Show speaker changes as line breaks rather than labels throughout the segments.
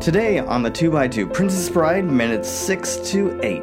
Today on the 2x2, Princess Bride, minutes 6 to 8.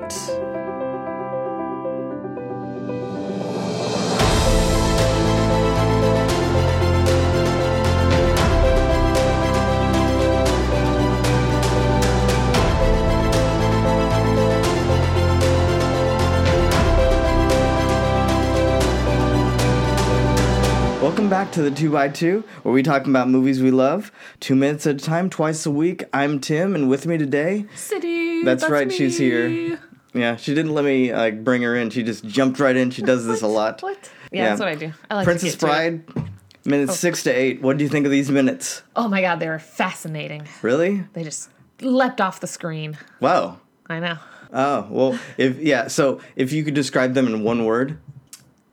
Welcome back to the 2x2, where we talking about movies we love, two minutes at a time, twice a week. I'm Tim, and with me today,
City.
That's right, she's here. yeah, she didn't let me like bring her in. She just jumped right in. She does this a lot.
What? Yeah, that's what I do. I like to
Princess
get to it.
Bride, minutes 6 to 8. What do you think of these minutes?
Oh my god, they were fascinating.
Really?
They just leapt off the screen.
Wow.
I know.
Oh, well, if yeah, so if you could describe them in one word.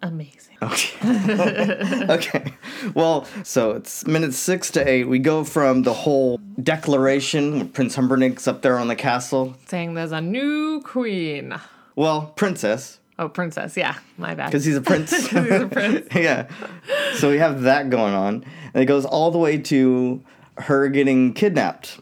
Amazing.
Oh. Okay. okay. Well, so it's minutes six to eight. We go from the whole declaration when Prince Humbernick's up there on the castle.
Saying there's a new queen.
Well, princess,
Oh, princess. Yeah, my bad.
because he's a prince.
He's a prince.
yeah. So we have that going on. And it goes all the way to her getting kidnapped.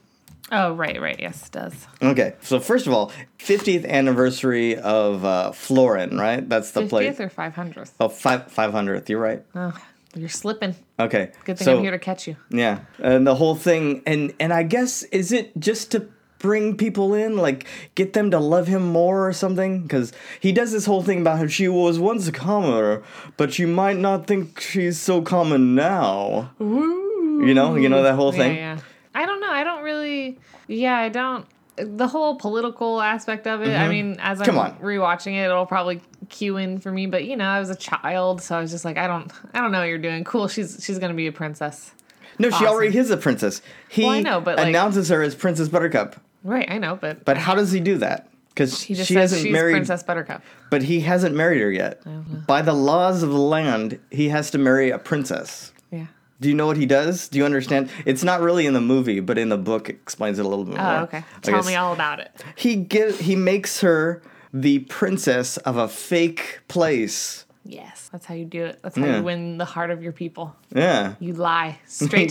Oh, right, right. Yes, it does.
Okay. So, first of all, 50th anniversary of uh, Florin, right? That's the
50th
place.
or 500th?
Oh, five, 500th. You're right.
Oh, you're slipping.
Okay.
Good thing
so,
I'm here to catch you.
Yeah, and the whole thing, and and I guess is it just to bring people in, like get them to love him more or something? Because he does this whole thing about how she was once a commoner, but you might not think she's so common now. You know, you know that whole
Yeah,
thing.
yeah. I don't know. I don't really. Yeah, I don't. The whole political aspect of it. I mean, as I'm
Mm-hmm. Come on.
rewatching it, it'll probably cue in for me. But you know, I was a child, so I was just like, I don't, I don't know what you're doing. Cool. She's she's gonna be a princess.
No, she already is a princess. He
Well, I know, but, like-
announces her as Princess Buttercup,
Right. I know, but,
but how does he do that? Because
he
she
just says
hasn't
she's
married,
Princess Buttercup.
but he hasn't married her yet. By the laws of the land, he has to marry a princess.
Yeah.
Do you know what he does? Do you understand? It's not really in the movie, but in the book it explains it a little bit more.
Oh, okay. Tell
guess.
me all about it.
He give, he makes her the princess of a fake place.
Yes, that's how you do it. That's how
Yeah.
you win the heart of your people.
Yeah.
You lie straight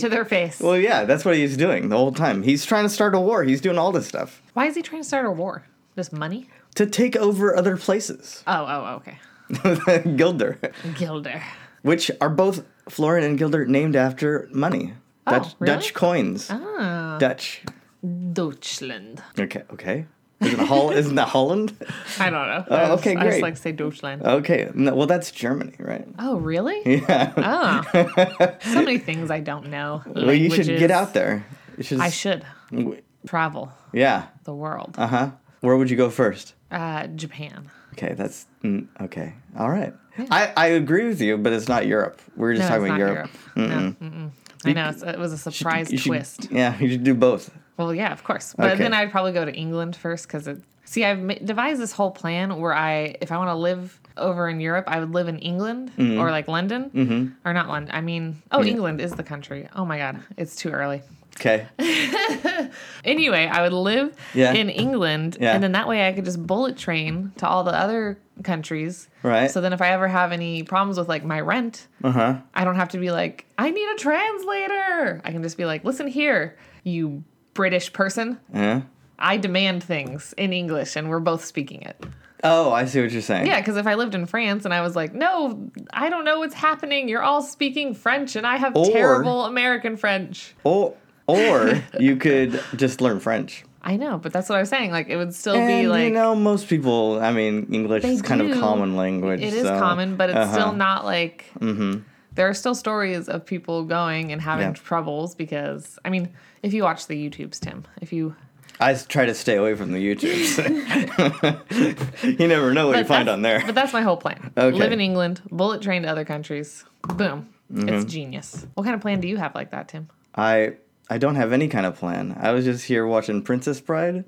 to their face.
Well, yeah, that's what he's doing the whole time. He's trying to start a war. He's doing all this stuff
Why is he trying to start a war? Just money?
to take over other places.
Oh, oh, okay.
Gilder,
Gilder.
which are both Florin and Gilder named after money.
Oh,
Dutch,
really? Oh.
Dutch coins. Dutch.
Deutschland.
Okay, okay. Isn't, Hol- isn't that Holland?
I don't know.
Oh,
I just-
okay,
I
great. Uh,
just like to say Deutschland.
Okay, no, well, that's Germany, right?
oh, really? Yeah. Oh. so many things I don't know.
Well, you should get out there. You should
I
s-
should
w-
travel
yeah.
the world.
Uh huh. Where would you go first?
Uh, Japan.
Okay, that's mm, okay. All right. I, I agree with you, but it's not Europe. We We're just
No,
talking
it's
about
not
Europe.
Europe. No. Mm-mm. I know it's, it was a surprise
You should-
twist.
Yeah, you should do both.
Well, yeah, of course. But
Okay.
then I'd probably go to England first because it. See, I've ma- devised this whole plan where I, if I want to live over in Europe, I would live in England
Mm-hmm.
or like London or not London. I mean, oh, England is the country. Oh my God, it's too early.
Okay.
Anyway, I would live
Yeah.
in England,
Yeah.
and then that way I could just bullet train to all the other countries.
Right.
So then, if I ever have any problems with like my rent,
Uh huh.
I don't have to be like, I need a translator. I can just be like, listen here, you British person.
Yeah.
I demand things in English and we're both speaking it.
Oh, I see what you're saying.
Yeah, because if I lived in France and I was like, no, I don't know what's happening. You're all speaking French and I have
Or-
terrible American French.
Or or you could just learn French.
I know, but that's what I was saying. Like, it would still
And,
be like,
you know, most people. I mean, English
They
is kind of
do.
common language.
it is
so-
common, but it's
Uh-huh. Mm-hmm.
still not like. There are still stories of people going and having
Yeah.
troubles because, I mean, if you watch the YouTubes, Tim, if you.
I s- try to stay away from the YouTubes. you never know what you
But
find
that's-
on there.
But that's my whole plan.
Okay.
Live in England, bullet train to other countries. Boom. It's
Mm-hmm.
genius. What kind of plan do you have like that, Tim?
I I don't have any kind of plan. I was just here watching Princess Bride.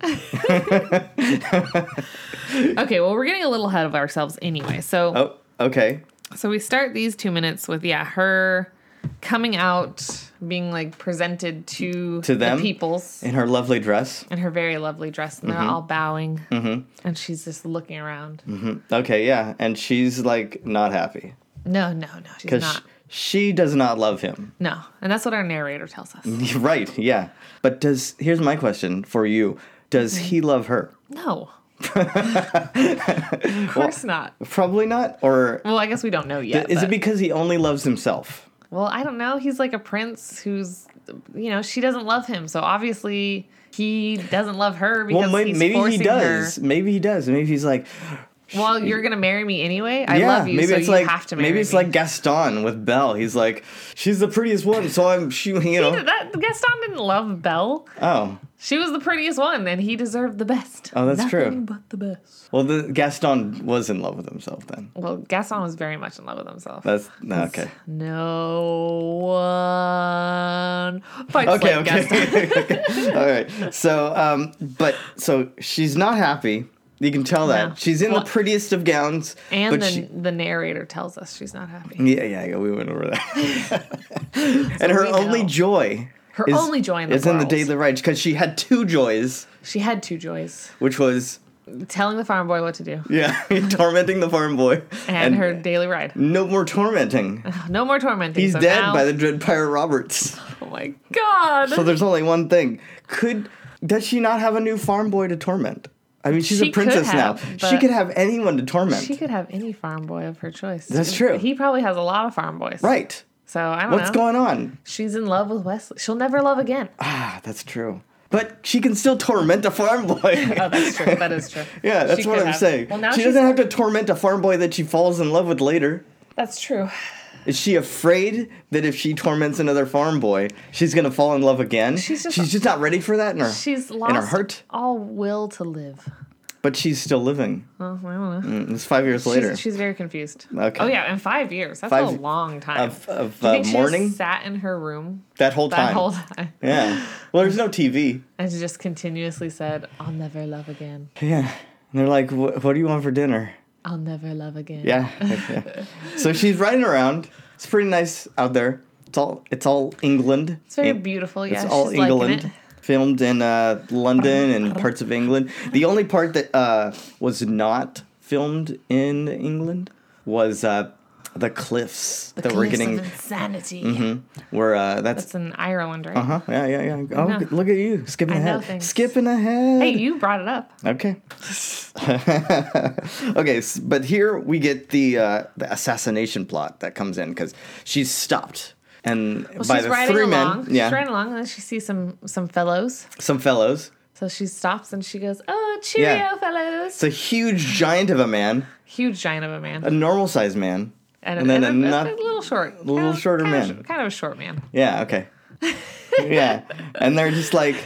Okay, well, we're getting a little ahead of ourselves anyway. So,
oh, okay.
so we start these two minutes with yeah, her coming out, being like presented to
To them?
the peoples
In her lovely dress.
in her very lovely dress, and they're
Mm-hmm.
all bowing, and she's just looking around.
Okay, yeah. And she's like not happy
No, no, no, she's
because
not.
She does not love him.
No, and that's what our narrator tells us.
right, yeah. But does here's my question for you. Does
Mm-hmm.
he love her?
No. of course not.
Probably not. Or
Well, I guess we don't know yet.
is it
but-
because he only loves himself?
well, I don't know. He's like a prince who's, you know, she doesn't love him. So obviously he doesn't love her because
Well, may-
he's
maybe he
forcing
does.
her.
Maybe he does. Maybe he's like,
Well, you're gonna marry me anyway. I
yeah.
love you,
maybe
so
it's
you
like
have to marry
maybe it's
me.
like Gaston with Belle. He's like, she's the prettiest one, so I'm she. You know.
that Gaston didn't love Belle.
Oh,
She was the prettiest one, and he deserved the best.
Oh, that's true.
Nothing But the best.
well, the Gaston was in love with himself then.
Well, Gaston was very much in love with himself.
That's okay.
No one fights
Okay,
like Gaston.
okay. okay. All right. So, um, but so she's not happy. You can tell that
No.
she's in
Well-
the prettiest of gowns,
And
but
the,
she,
the narrator tells us she's not happy.
yeah, yeah, yeah, we went over that. and her
we
only
know.
joy,
Her only joy in the
is in the
world.
daily rides because she had two joys,
She had two joys
which was
telling the farm boy what to do and,
yeah, tormenting the farm boy
her daily ride.
no more tormenting.
No more tormenting.
He's
so
dead
now-
by the Dread Pirate Roberts.
Oh my god.
So there's only one thing. Could does she not have a new farm boy to torment? I mean, she's
She
a
could
princess
have,
now. She
but-
could have anyone to torment.
she could have any farm boy of her choice.
That's true.
He probably has a lot of farm boys.
right.
So I don't
What's
know.
going on?
She's in love with Wesley. She'll never love again.
Ah, that's true. But she can still torment a farm boy.
Oh, that's true. That is true.
yeah, that's
She
what
could
I'm
have.
saying.
Well, now
she
she's,
doesn't have to torment a farm boy that she falls in love with later.
That's true.
Is she afraid that if she torments another farm boy, she's gonna fall in love again?
She's just-
not ready for that in her
She's
in her
lost
heart,
all will to live.
but she's still living.
Oh, I don't know.
Mm, It's five years later.
She's, she's very confused.
Okay.
Oh yeah, in five years. That's
Five-
a long time.
of of
Do you
uh,
think she
mourning
just sat in her room
that whole
that
time.
whole time
Yeah. Well, there's no TV.
and she just continuously said, "I'll never love again.
Yeah. And they're like, "Wh- "What do you want for dinner?"
I'll never love again."
Yeah. yeah. so she's riding around. It's pretty nice out there. It's all it's all England.
It's very
Eng-
beautiful. Yeah,
It's all
she's
England.
liking it.
Filmed in uh, London and parts of England. The only part that uh, was not filmed in England was uh, the cliffs that we're
Cliffs of
getting.
insanity.
Where uh, that's
It's in Ireland, right?
Huh? Yeah, yeah, yeah. Oh,
know.
look at you skipping
I know
ahead.
things.
skipping ahead.
Hey, you brought it up.
Okay. okay, s- but here we get the uh, the assassination plot that comes in because she's stopped and by
she's
the
riding
three
along.
men, yeah,
She's riding along and then she sees some some fellows.
some fellows.
So she stops and she goes, "Oh, cheerio,
Yeah.
fellows!"
It's a huge giant of a man,
Huge giant of a man,
a normal sized man,
and,
and then
and,
a
a,
not-
a little short, a
little shorter
kind
man.
of, sh- kind of a short man.
yeah, okay, yeah, and they're just like,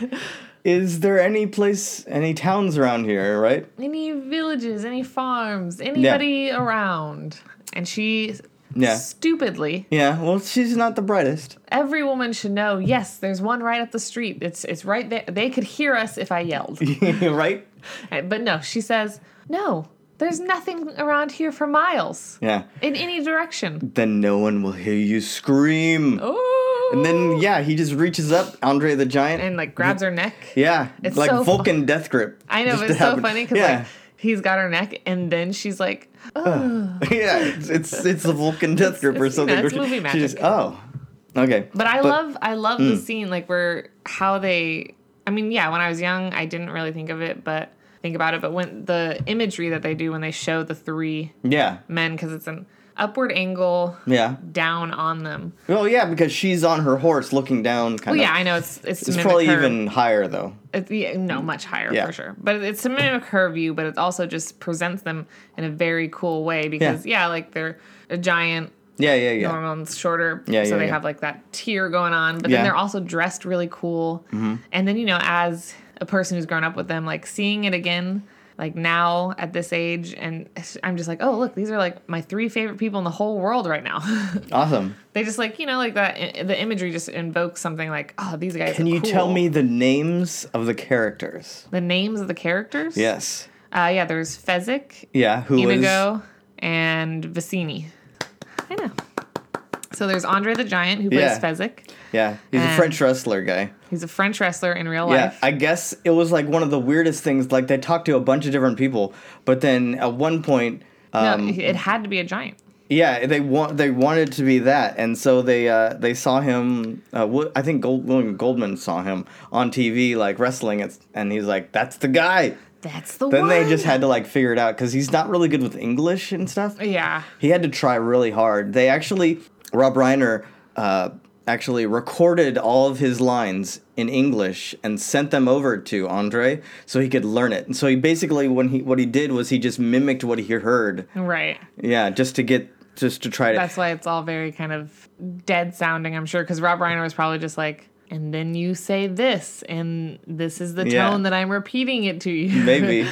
is there any place, any towns around here, right?
Any villages, any farms, anybody around, and she.
Yeah.
Stupidly,
Yeah, well, she's not the brightest.
every woman should know. Yes, there's one right up the street. It's it's right there. They could hear us if I yelled.
right?
Uh, but no, she says, "No, there's nothing around here for miles
Yeah.
in any direction."
Then no one will hear you scream.
Oh.
And then yeah, he just reaches up, Andre the Giant.
and like grabs her neck.
yeah,
It's
like
so fu-
Vulcan death grip.
I know,
just
but it's so
happened.
funny because
yeah,
like he's got her neck, and then she's like, "Oh."
yeah, it's it's, it's the Vulcan death grip or
it's, you know,
something.
it's
where she-
movie
she just-
magic.
oh, okay.
But I love, I love the scene like where how they. I mean, yeah, when I was young, I didn't really think of it, but think about it. But when the imagery that they do when they show the three
Yeah,
men, because it's an upward angle
yeah.
down on them.
Well, yeah, because she's on her horse looking down. Kind
Well,
of.
yeah, I know it's it's,
It's
to mimic
probably
her.
even higher though.
It's, yeah, no, much higher
Yeah.
for sure. But it's to mimic her view, but it also just presents them in a very cool way because yeah, like they're a giant,
Yeah, yeah, yeah.
normal and shorter,
Yeah,
so
yeah,
they
yeah.
have like that tier going on. But
Yeah. Mm-hmm.
then they're also dressed really cool, and then you know, as a person who's grown up with them, like seeing it again. Like now at this age, and it's- I'm just like, oh look, these are like my three favorite people in the whole world right now.
Awesome.
they just like you know like that. i- The imagery just invokes something like, oh, these guys.
Can
are
you tell
cool."
me the names of the characters?
the names of the characters?
Yes.
Uh, yeah, there's Fezzik,
Yeah. Who is?
Inigo, and Vicini. I know. So there's Andre the Giant, who plays
Yeah.
Fezzik.
Yeah, he's a
And-
French wrestler guy.
He's a French wrestler in real
Yeah,
life.
I guess it was like one of the weirdest things. Like they talked to a bunch of different people, but then at one point,
No,
um,
it had to be a giant.
Yeah, they want they wanted to be that, and so they uh, they saw him. Uh, Wo- I think Gold, William Goldman saw him on TV like wrestling, and, and he's like, "That's the guy."
That's the
Then
one.
they just had to like figure it out because he's not really good with English and stuff.
Yeah.
He had to try really hard. They actually, Rob Reiner uh, actually recorded all of his lines in English and sent them over to Andre so he could learn it. And so he basically, when he what he did was he just mimicked what he heard.
Right.
Yeah, just to get just to try to.
That's why it's all very kind of dead sounding, I'm sure, because Rob Reiner was probably just like, and then you say this, and this is the
Yeah.
tone that I'm repeating it to you.
Maybe.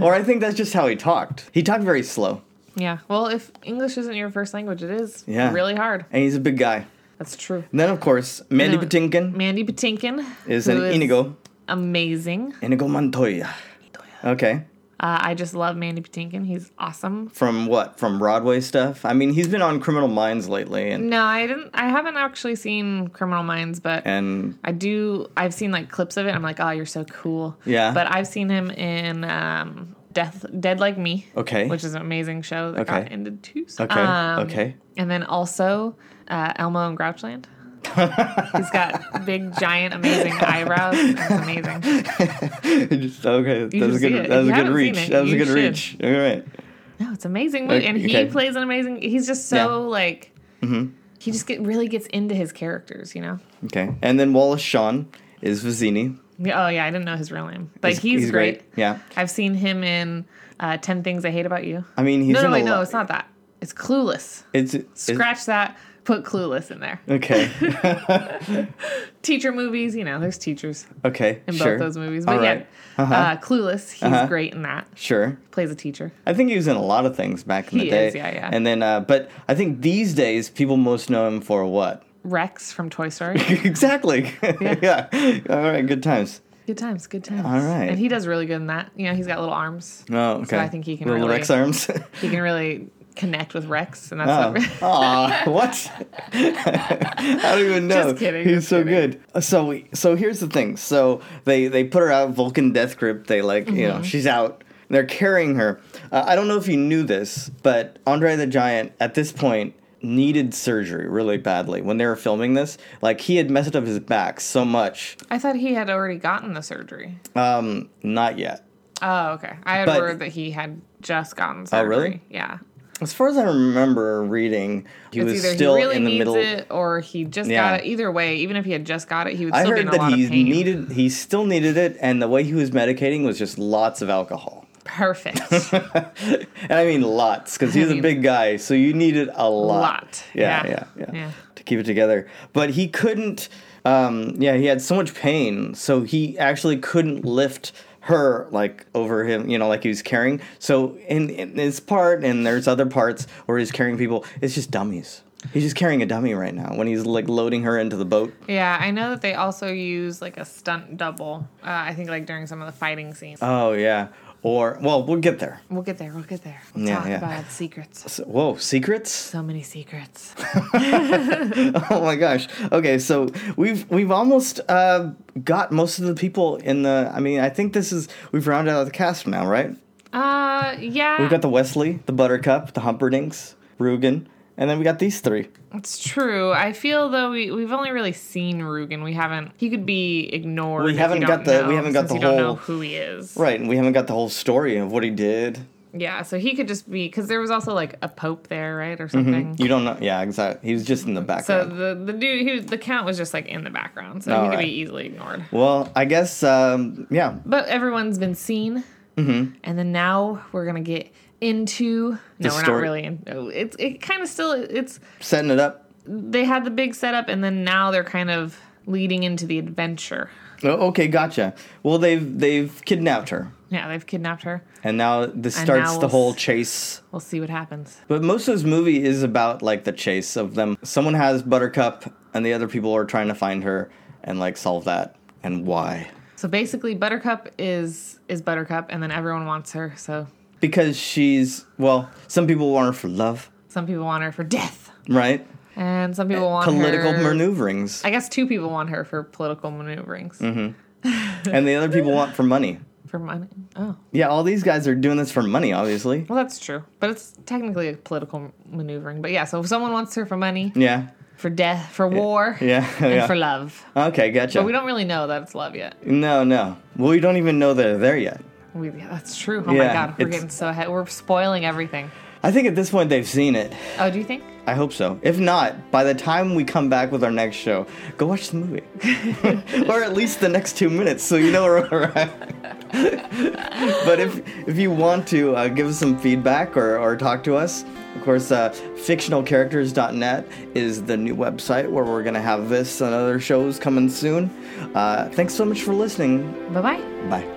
or I think that's just how he talked. He talked very slow.
yeah. Well, if English isn't your first language, it is
Yeah.
really hard.
And he's a big guy.
That's true.
And then, of course, Mandy
Then
Patinkin
Mandy Patinkin
is
who
an Inigo.
Amazing.
Inigo Montoya. Okay.
Uh, I just love Mandy Patinkin. He's awesome.
From what? From Broadway stuff? I mean, he's been on Criminal Minds lately and,
No, I didn't. I haven't actually seen Criminal Minds, but
and
I do. I've seen like clips of it. I'm like, oh, you're so cool.
Yeah.
But I've seen him in um, Death Dead Like Me.
Okay.
Which is an amazing show that
Okay.
got ended too. soon.
Okay,
Um,
okay.
And then also uh, Elmo and Grouchland. He's got big, giant, amazing eyebrows. It's amazing.
just, okay, that was a
should see
good
it.
that was a
If you
good
haven't seen
reach.
it,
That was a
you
good
should.
reach. All right.
No, it's an amazing movie, and
Okay.
he plays an amazing. He's just so
Yeah. Mm-hmm.
like. He just get really gets into his characters, you know.
Okay. And then Wallace Shawn is Vizzini.
Yeah, Oh yeah, I didn't know his real name, but he's, great.
Yeah.
I've seen him in uh, Ten Things I Hate About You.
I mean, he's
no,
in
no, wait,
a
no,
lot-
it's not that. It's Clueless.
It's, it's
Scratch that. Put Clueless in there.
Okay.
Teacher movies, you know, there's teachers
Okay.
in
sure.
both those movies.
All
But
right. Uh-huh.
yeah, uh Clueless, he's great in that.
Sure.
Plays a teacher.
I think he was in a lot of things back in the
He
day.
is, yeah, yeah.
And then, uh, but I think these days people most know him for what?
Rex from Toy Story.
exactly. Yeah. All right. Good times.
Good times, good times.
All right.
And he does really good in that. You know, he's got little arms.
Oh, okay.
I think he can
Little
really-
Rex arms.
He can really connect with Rex, and that's
Oh,
what.
Aw, what? I don't even know.
Just kidding,
He's
just
so good. Uh, So, we- so here's the thing. So they they put her out. Vulcan Death Grip. They like you
Mm-hmm.
know she's out. They're carrying her. Uh, I don't know if you knew this, but Andre the Giant at this point needed surgery really badly when they were filming this. Like he had messed up his back so much.
I thought he had already gotten the surgery.
Um, not yet.
Oh, okay. I had
But- Oh,
heard that he had just gotten surgery.
really?
Yeah.
As far as I remember reading, he
It's
was
either
still
he really
in the
needs
middle.
it or he just
Yeah.
got it. Either way, even if he had just got it, he would
I
still be in
heard
a
that
lot
he
of pain.
needed he still needed it and the way he was medicating was just lots of alcohol.
Perfect.
and I mean lots cuz he's a
mean-
big guy, so you needed a lot.
Lot,
Yeah, yeah,
yeah,
yeah,
yeah.
To keep it together. But he couldn't um yeah, he had so much pain, so he actually couldn't lift her like over him, you know, like he was carrying. So in, in this part and there's other parts where he's carrying people, it's just dummies. He's just carrying a dummy right now when he's like loading her into the boat.
yeah, I know that they also use like a stunt double. Uh, I think like during some of the fighting scenes.
Oh yeah. Or well, we'll get there.
we'll get there. We'll get there. We'll
Yeah,
talk
yeah.
about secrets.
So- whoa, secrets?
So many secrets.
Oh my gosh. Okay, so we've we've almost uh, got most of the people in the. I mean, I think this is we've rounded out the cast now, right?
Uh, yeah,
We've got the Wesley, the Buttercup, the Humperdinks, Rugen, and then we got these three.
it's true. I feel though we we've only really seen Rugen. We haven't. He could be ignored.
We
if you
haven't
don't
got the- we
know,
haven't got
since
the
you don't
whole-
know who he is.
Right, and we haven't got the whole story of what he did.
Yeah, so he could just be because there was also like a pope there, right,
Mm-hmm.
or something.
You don't know. Yeah, exactly. He was just in the
So
background.
the the dude, he, was- the count was just like in the background, so
All
he could
Oh, right.
be easily ignored.
well, I guess. Um, yeah.
But everyone's been seen,
Mm-hmm.
and then now we're gonna get into. No, we're
story-
not really. In, no, it's it kind of still. It's
Setting it up.
they had the big setup, and then now they're kind of leading into the adventure.
Oh, okay, gotcha. Well, they've they've kidnapped her,
Yeah, they've kidnapped her.
and now this starts the
now we'll
whole
s-
chase.
We'll see what happens.
But most of this movie is about like the chase of them. Someone has Buttercup, and the other people are trying to find her and like solve that and why.
So basically, Buttercup is is Buttercup, and then everyone wants her. So
Because she's well, some people want her for love,
some people want her for death,
right?
and some people want
Eh, Political
her
maneuverings,
I guess two people want her for political maneuverings
and the other people want for money.
for money. Oh,
Yeah, all these guys are doing this for money, obviously.
well, that's true. But it's technically a political maneuvering. But yeah, so if someone wants her for money,
Yeah.
for death, for war,
Yeah.
and
yeah.
for love.
okay, gotcha.
But we don't really know that it's love yet.
no, no. Well, we don't even know they're there yet.
We, yeah, that's true. Oh
Yeah,
my god, we're
it's-
getting so ahead. We're spoiling everything.
I think at this point they've seen it.
Oh, do you think?
I hope so. If not, by the time we come back with our next show, go watch the movie. or at least the next two minutes so you know we're alright. but if if you want to uh, give us some feedback or, or talk to us, of course, uh, fictionalcharacters.net is the new website where we're going to have this and other shows coming soon. Uh, thanks so much for listening.
Bye bye.
Bye.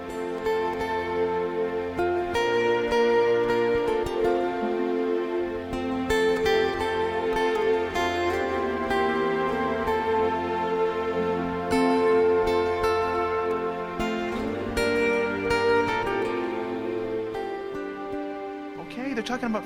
Okay, they're talking about